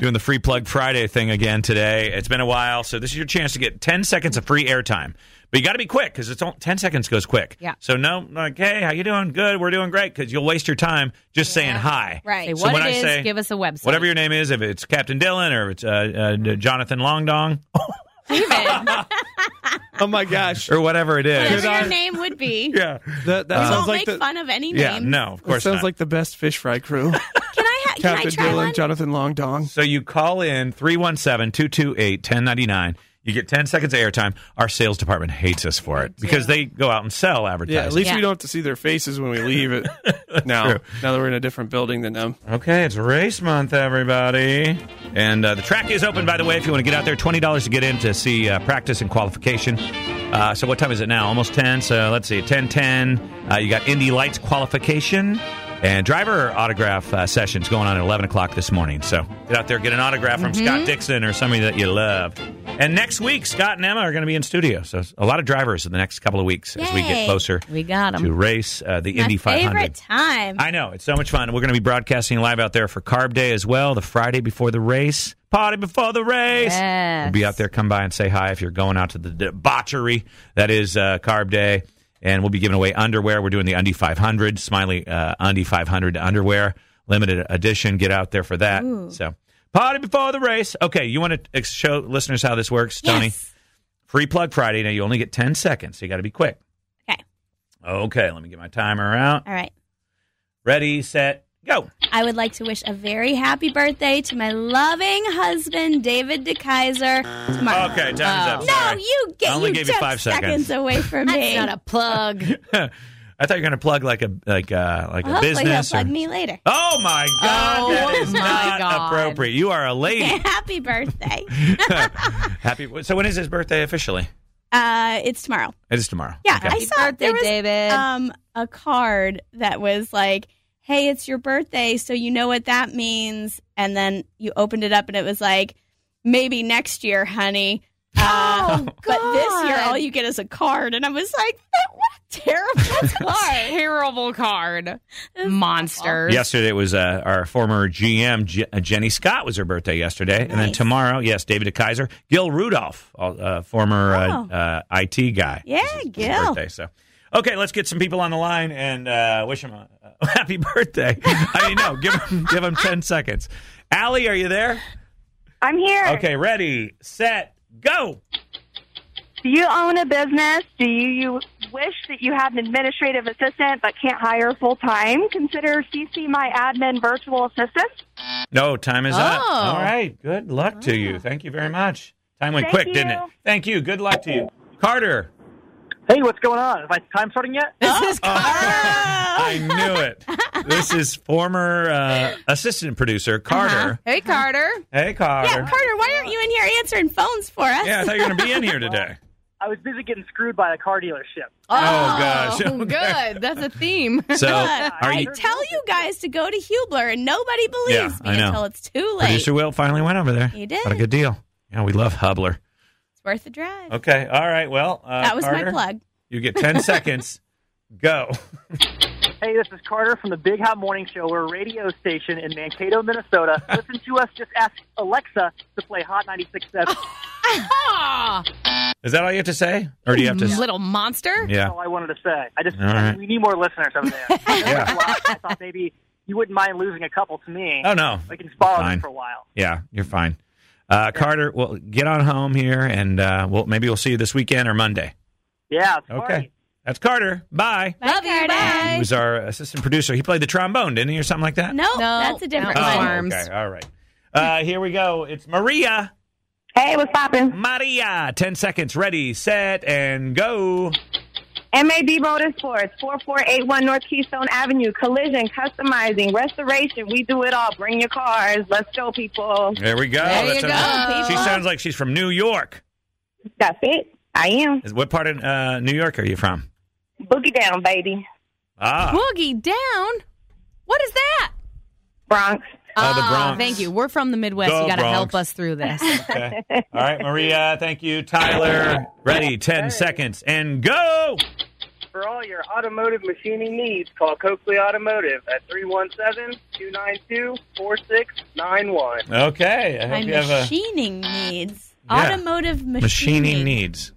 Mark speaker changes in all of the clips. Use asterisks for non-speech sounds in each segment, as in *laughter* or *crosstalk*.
Speaker 1: doing the free plug Friday thing again today. It's been a while, so this is your chance to get 10 seconds of free airtime. But you got to be quick because it's all, 10 seconds goes quick.
Speaker 2: Yeah.
Speaker 1: So no, like, hey, how you doing? Good, we're doing great because you'll waste your time just saying hi.
Speaker 2: Right.
Speaker 3: Say
Speaker 1: So
Speaker 3: what
Speaker 1: when
Speaker 3: it
Speaker 1: I
Speaker 3: is,
Speaker 1: say-
Speaker 3: give us a website.
Speaker 1: Whatever your name is, if it's Captain Dylan or it's uh, uh, Jonathan Longdong *laughs*
Speaker 4: Oh my gosh.
Speaker 1: or whatever it is.
Speaker 4: Could
Speaker 2: Whatever
Speaker 4: I-
Speaker 2: your name would be.
Speaker 1: *laughs* Yeah.
Speaker 4: That, that
Speaker 3: Uh,
Speaker 2: We
Speaker 4: sounds
Speaker 2: won't
Speaker 4: like
Speaker 2: make
Speaker 4: the,
Speaker 2: fun of any name.
Speaker 1: Yeah. No, of
Speaker 4: that
Speaker 1: course
Speaker 4: sounds
Speaker 1: not.
Speaker 4: like the best fish fry crew.
Speaker 2: Can I, ha- can I
Speaker 4: *laughs* Captain
Speaker 2: try
Speaker 4: Dylan,
Speaker 2: one?
Speaker 4: Jonathan Long Dong.
Speaker 1: So you call in 317 228 1099. You get 10 seconds of airtime. Our sales department hates us for it because they go out and sell
Speaker 4: Yeah,
Speaker 1: advertising.
Speaker 4: at least
Speaker 3: Yeah.
Speaker 4: we don't have to see their faces when we leave *laughs* it now.
Speaker 1: true.
Speaker 4: Now that we're in a different building than them.
Speaker 1: Okay, it's race month, everybody. And uh, the track is open, by the way, if you want to get out there. $20 to get in to see uh, practice and qualification. Uh, so what time is it now? Almost 10. So let's see, 10 10. Uh, you got Indy Lights qualification and driver autograph uh, sessions going on at 11 o'clock this morning. So get out there, get an autograph from Scott Dixon or somebody that you love. And next week, Scott and Emma are going to be in studio. So a lot of drivers in the next couple of weeks as we get
Speaker 2: Yay.
Speaker 1: closer
Speaker 3: We got 'em.
Speaker 1: to race uh, the
Speaker 2: My
Speaker 1: Indy 500.
Speaker 2: favorite time.
Speaker 1: I know. It's so much fun. We're going to be broadcasting live out there for Carb Day as well, the Friday before the race. Party before the race.
Speaker 3: Yes.
Speaker 1: We'll be out there. Come by and say hi if you're going out to the debauchery that is uh, Carb Day. And we'll be giving away underwear. We're doing the Undie 500, Smiley uh, Undie 500 underwear, limited edition. Get out there for that. So, party before the race. Okay, you want to ex- show listeners how this works, Tony?
Speaker 2: Yes.
Speaker 1: Free plug Friday. Now you only get 10 seconds, so you got to be quick.
Speaker 2: Okay.
Speaker 1: Okay, let me get my timer out.
Speaker 2: All right.
Speaker 1: Ready, set, go.
Speaker 2: I would like to wish a very happy birthday to my loving husband, David DeKaiser. Tomorrow.
Speaker 1: Okay, time's up.
Speaker 3: Oh.
Speaker 2: No,
Speaker 1: Sorry.
Speaker 2: you get
Speaker 1: I only
Speaker 2: you
Speaker 1: gave you
Speaker 2: took
Speaker 1: five seconds. *laughs*
Speaker 2: seconds. away from me.
Speaker 3: That's not a plug.
Speaker 1: I thought you were gonna plug like a like a like a
Speaker 2: Hopefully
Speaker 1: business.
Speaker 2: he'll
Speaker 1: Or...
Speaker 2: plug
Speaker 1: *laughs*
Speaker 2: me later.
Speaker 1: Oh my god,
Speaker 3: Oh
Speaker 1: that is
Speaker 3: my
Speaker 1: not
Speaker 3: God.
Speaker 1: appropriate. You are a lady.
Speaker 2: *laughs*
Speaker 1: *laughs*
Speaker 2: happy birthday.
Speaker 1: Happy. So when is his birthday officially?
Speaker 2: Uh, it's tomorrow.
Speaker 1: It is tomorrow.
Speaker 2: Yeah,
Speaker 1: Okay.
Speaker 2: I
Speaker 3: Happy
Speaker 2: saw
Speaker 3: birthday,
Speaker 2: there was
Speaker 3: David.
Speaker 2: um a card that was like, "Hey, it's your birthday, so you know what that means." And then you opened it up, and it was like, "Maybe next year, honey." Uh,
Speaker 3: Oh,
Speaker 2: But this year,
Speaker 3: God.
Speaker 2: all you get is a card, and I was like, "That- "What a terrible
Speaker 1: *laughs*
Speaker 2: card!"
Speaker 3: Terrible card. Monsters.
Speaker 1: Yesterday was uh, our former GM Je- uh, Jenny Scott was her birthday yesterday, and then
Speaker 2: Nice.
Speaker 1: tomorrow, yes, David DeKaiser, Gil Rudolph, uh, former
Speaker 2: Oh.
Speaker 1: uh, uh, IT guy.
Speaker 2: Yeah,
Speaker 1: This is his
Speaker 2: Gil.
Speaker 1: Birthday, so. Okay, let's get some people on the line and uh, wish them a, a *laughs* happy birthday. I mean, no, give them, give them 10 seconds. Allie, are you there?
Speaker 5: I'm here.
Speaker 1: Okay, ready, set, go.
Speaker 5: Do you own a business? Do you, you wish that you had an administrative assistant but can't hire full time? Consider CC My Admin Virtual Assistant.
Speaker 1: No, time is up.
Speaker 3: Oh.
Speaker 1: All right, good luck to you. Thank you very much. Time went
Speaker 5: Thank
Speaker 1: quick, didn't it?
Speaker 5: you.
Speaker 1: Thank you. Good luck to you. Carter.
Speaker 6: Hey, what's going on? Is my time starting yet?
Speaker 3: This is
Speaker 1: I knew it. This is former uh, assistant producer Carter.
Speaker 3: Hey, Carter.
Speaker 1: Hey, Carter.
Speaker 2: Yeah, Carter, why aren't you in here answering phones for us?
Speaker 1: Yeah, I thought you were going to be in here today.
Speaker 6: I was busy getting screwed by a car dealership.
Speaker 3: Oh,
Speaker 1: gosh. Okay.
Speaker 3: *laughs* Good. That's a theme.
Speaker 1: *laughs*
Speaker 3: *laughs*
Speaker 1: So, are
Speaker 2: I
Speaker 1: you?
Speaker 2: tell you guys to go to Hubler, and nobody believes
Speaker 1: Yeah, I
Speaker 2: me
Speaker 1: know.
Speaker 2: until it's too late.
Speaker 1: Producer Will finally went over there.
Speaker 2: He did.
Speaker 1: What a good deal. Yeah, we love Hubler.
Speaker 2: It's worth the drive.
Speaker 1: Okay. All right. Well, uh,
Speaker 2: that was
Speaker 1: Carter,
Speaker 2: my plug.
Speaker 1: You get
Speaker 2: *laughs*
Speaker 1: ten seconds. Go.
Speaker 6: Hey, this is Carter from the Big Hot Morning Show. We're a radio station in
Speaker 1: *laughs*
Speaker 6: Mankato, Minnesota. Listen to us. Just ask Alexa to play Hot 96.7.
Speaker 3: Ah,
Speaker 1: Is that all you have to say, or do you have to?
Speaker 3: little monster.
Speaker 1: Yeah.
Speaker 6: That's all I wanted to say. I just
Speaker 1: All right.
Speaker 6: we need more listeners over there.
Speaker 1: *laughs* Yeah.
Speaker 6: I thought maybe you wouldn't mind losing a couple to me.
Speaker 1: Oh no.
Speaker 6: We can borrow
Speaker 1: Fine.
Speaker 6: them for a while.
Speaker 1: Yeah, you're fine. Uh, Carter, well, get on home here, and uh, we'll maybe we'll see you this weekend or Monday.
Speaker 6: Yeah. it's
Speaker 1: Okay.
Speaker 6: party.
Speaker 1: That's Carter. Bye.
Speaker 2: Bye,
Speaker 3: Love you,
Speaker 2: Carter.
Speaker 3: bye.
Speaker 1: He was our assistant producer. He played the trombone, didn't he, or something like that?
Speaker 2: No, that's a different
Speaker 3: no.
Speaker 1: Oh,
Speaker 2: one.
Speaker 3: Arms.
Speaker 1: okay. All right. Uh, here we go. It's Maria.
Speaker 5: Hey, what's poppin'?
Speaker 1: Maria. Ten seconds. Ready, set, and go.
Speaker 5: MAB Motorsports, 4481 North Keystone Avenue, collision, customizing, restoration. We do it all. Bring your cars. Let's go, people.
Speaker 1: There we go.
Speaker 3: There you
Speaker 1: sounds-
Speaker 3: go,
Speaker 1: she
Speaker 3: people.
Speaker 1: sounds like she's from New York.
Speaker 5: That's it. I am.
Speaker 1: Is- What part of uh, New York are you from?
Speaker 5: Boogie down, baby.
Speaker 1: Ah,
Speaker 3: Boogie down. What is that?
Speaker 5: Bronx.
Speaker 1: Oh, the
Speaker 3: Ah,
Speaker 1: Bronx.
Speaker 3: Thank you. We're from the Midwest.
Speaker 1: Go
Speaker 3: you got to
Speaker 1: Bronx.
Speaker 3: help us
Speaker 1: *laughs*
Speaker 3: through this.
Speaker 1: okay. All right, Maria. Thank you, Tyler. Ready, ten seconds, and go.
Speaker 7: For all your automotive machining needs, call Coakley Automotive at 317-292-4691.
Speaker 1: Okay. I hope
Speaker 2: My
Speaker 1: you have a
Speaker 2: machining needs.
Speaker 1: Yeah.
Speaker 2: Automotive machining.
Speaker 1: machining needs.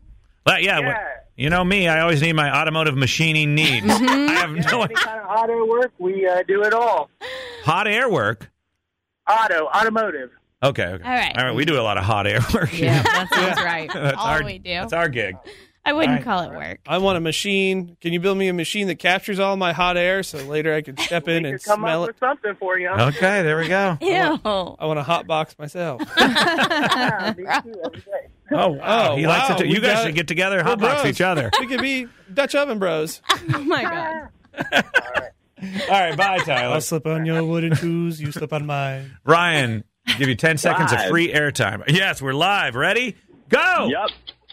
Speaker 1: Well, yeah, well,
Speaker 7: Yeah.
Speaker 1: you know me. I always need my automotive machining needs. I have no
Speaker 7: Any kind of auto work, we uh, do it all.
Speaker 1: *laughs* hot air work.
Speaker 7: Auto, automotive.
Speaker 1: Okay, okay.
Speaker 2: All right.
Speaker 1: All right. We do a lot of hot air work.
Speaker 3: Yeah, that sounds right.
Speaker 1: *laughs* that's
Speaker 2: All
Speaker 1: our,
Speaker 2: we do.
Speaker 1: That's our gig.
Speaker 2: I wouldn't
Speaker 1: Right.
Speaker 2: call it work.
Speaker 4: I want a machine. Can you build me a machine that captures all my hot air so later I can step in
Speaker 7: We
Speaker 4: and
Speaker 7: could come
Speaker 4: smell
Speaker 7: up
Speaker 4: it?
Speaker 7: with something for you.
Speaker 1: Okay, there we *laughs* go.
Speaker 2: Ew.
Speaker 4: I want a hot box myself.
Speaker 7: Yeah, me too, every day.
Speaker 1: Oh, wow.
Speaker 4: Oh,
Speaker 1: he likes it
Speaker 4: wow.
Speaker 1: too. You
Speaker 4: We
Speaker 1: guys
Speaker 4: got-
Speaker 1: should get together and
Speaker 4: We're
Speaker 1: hotbox
Speaker 4: bros.
Speaker 1: each other.
Speaker 4: we could be Dutch oven bros.
Speaker 3: Oh my god.
Speaker 1: *laughs* All right, bye, Tyler.
Speaker 4: slip on your wooden shoes. You slip on mine.
Speaker 1: Ryan, give you 10 seconds of
Speaker 8: Live.
Speaker 1: free airtime. Yes, we're live. Ready? Go.
Speaker 8: Yep.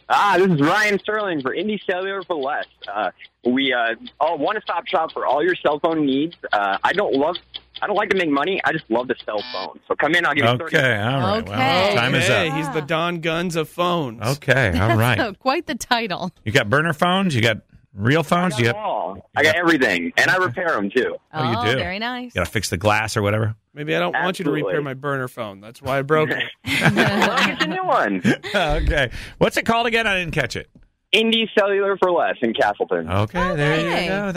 Speaker 8: Ah, this is Ryan Sterling for Indie Cellular for Less. Uh, we uh, all want to stop shop for all your cell phone needs. Uh, I don't love, I don't like to make money. I just love the cell phone. So come in, I'll give you thirty.
Speaker 1: Okay, all right. Well,
Speaker 3: Okay.
Speaker 1: time is up.
Speaker 4: He's the Don Guns of phones.
Speaker 3: *laughs*
Speaker 1: Okay, all
Speaker 3: So
Speaker 1: right.
Speaker 3: quite the title.
Speaker 1: You got burner phones? You got real
Speaker 8: I
Speaker 1: phones?
Speaker 8: got
Speaker 1: You
Speaker 8: them
Speaker 1: got,
Speaker 8: all. I got everything, and I repair them too.
Speaker 1: Oh, you do.
Speaker 3: very nice.
Speaker 1: you got to fix the glass or *laughs* whatever?
Speaker 4: Maybe I don't want you to
Speaker 8: Absolutely.
Speaker 4: repair my burner phone. That's why I broke it.
Speaker 8: Well,
Speaker 3: *laughs*
Speaker 8: it's a new one.
Speaker 1: okay. What's it called again? I didn't catch it.
Speaker 8: Indie Cellular for Less in Castleton.
Speaker 1: Okay, there you
Speaker 3: Okay.
Speaker 1: go.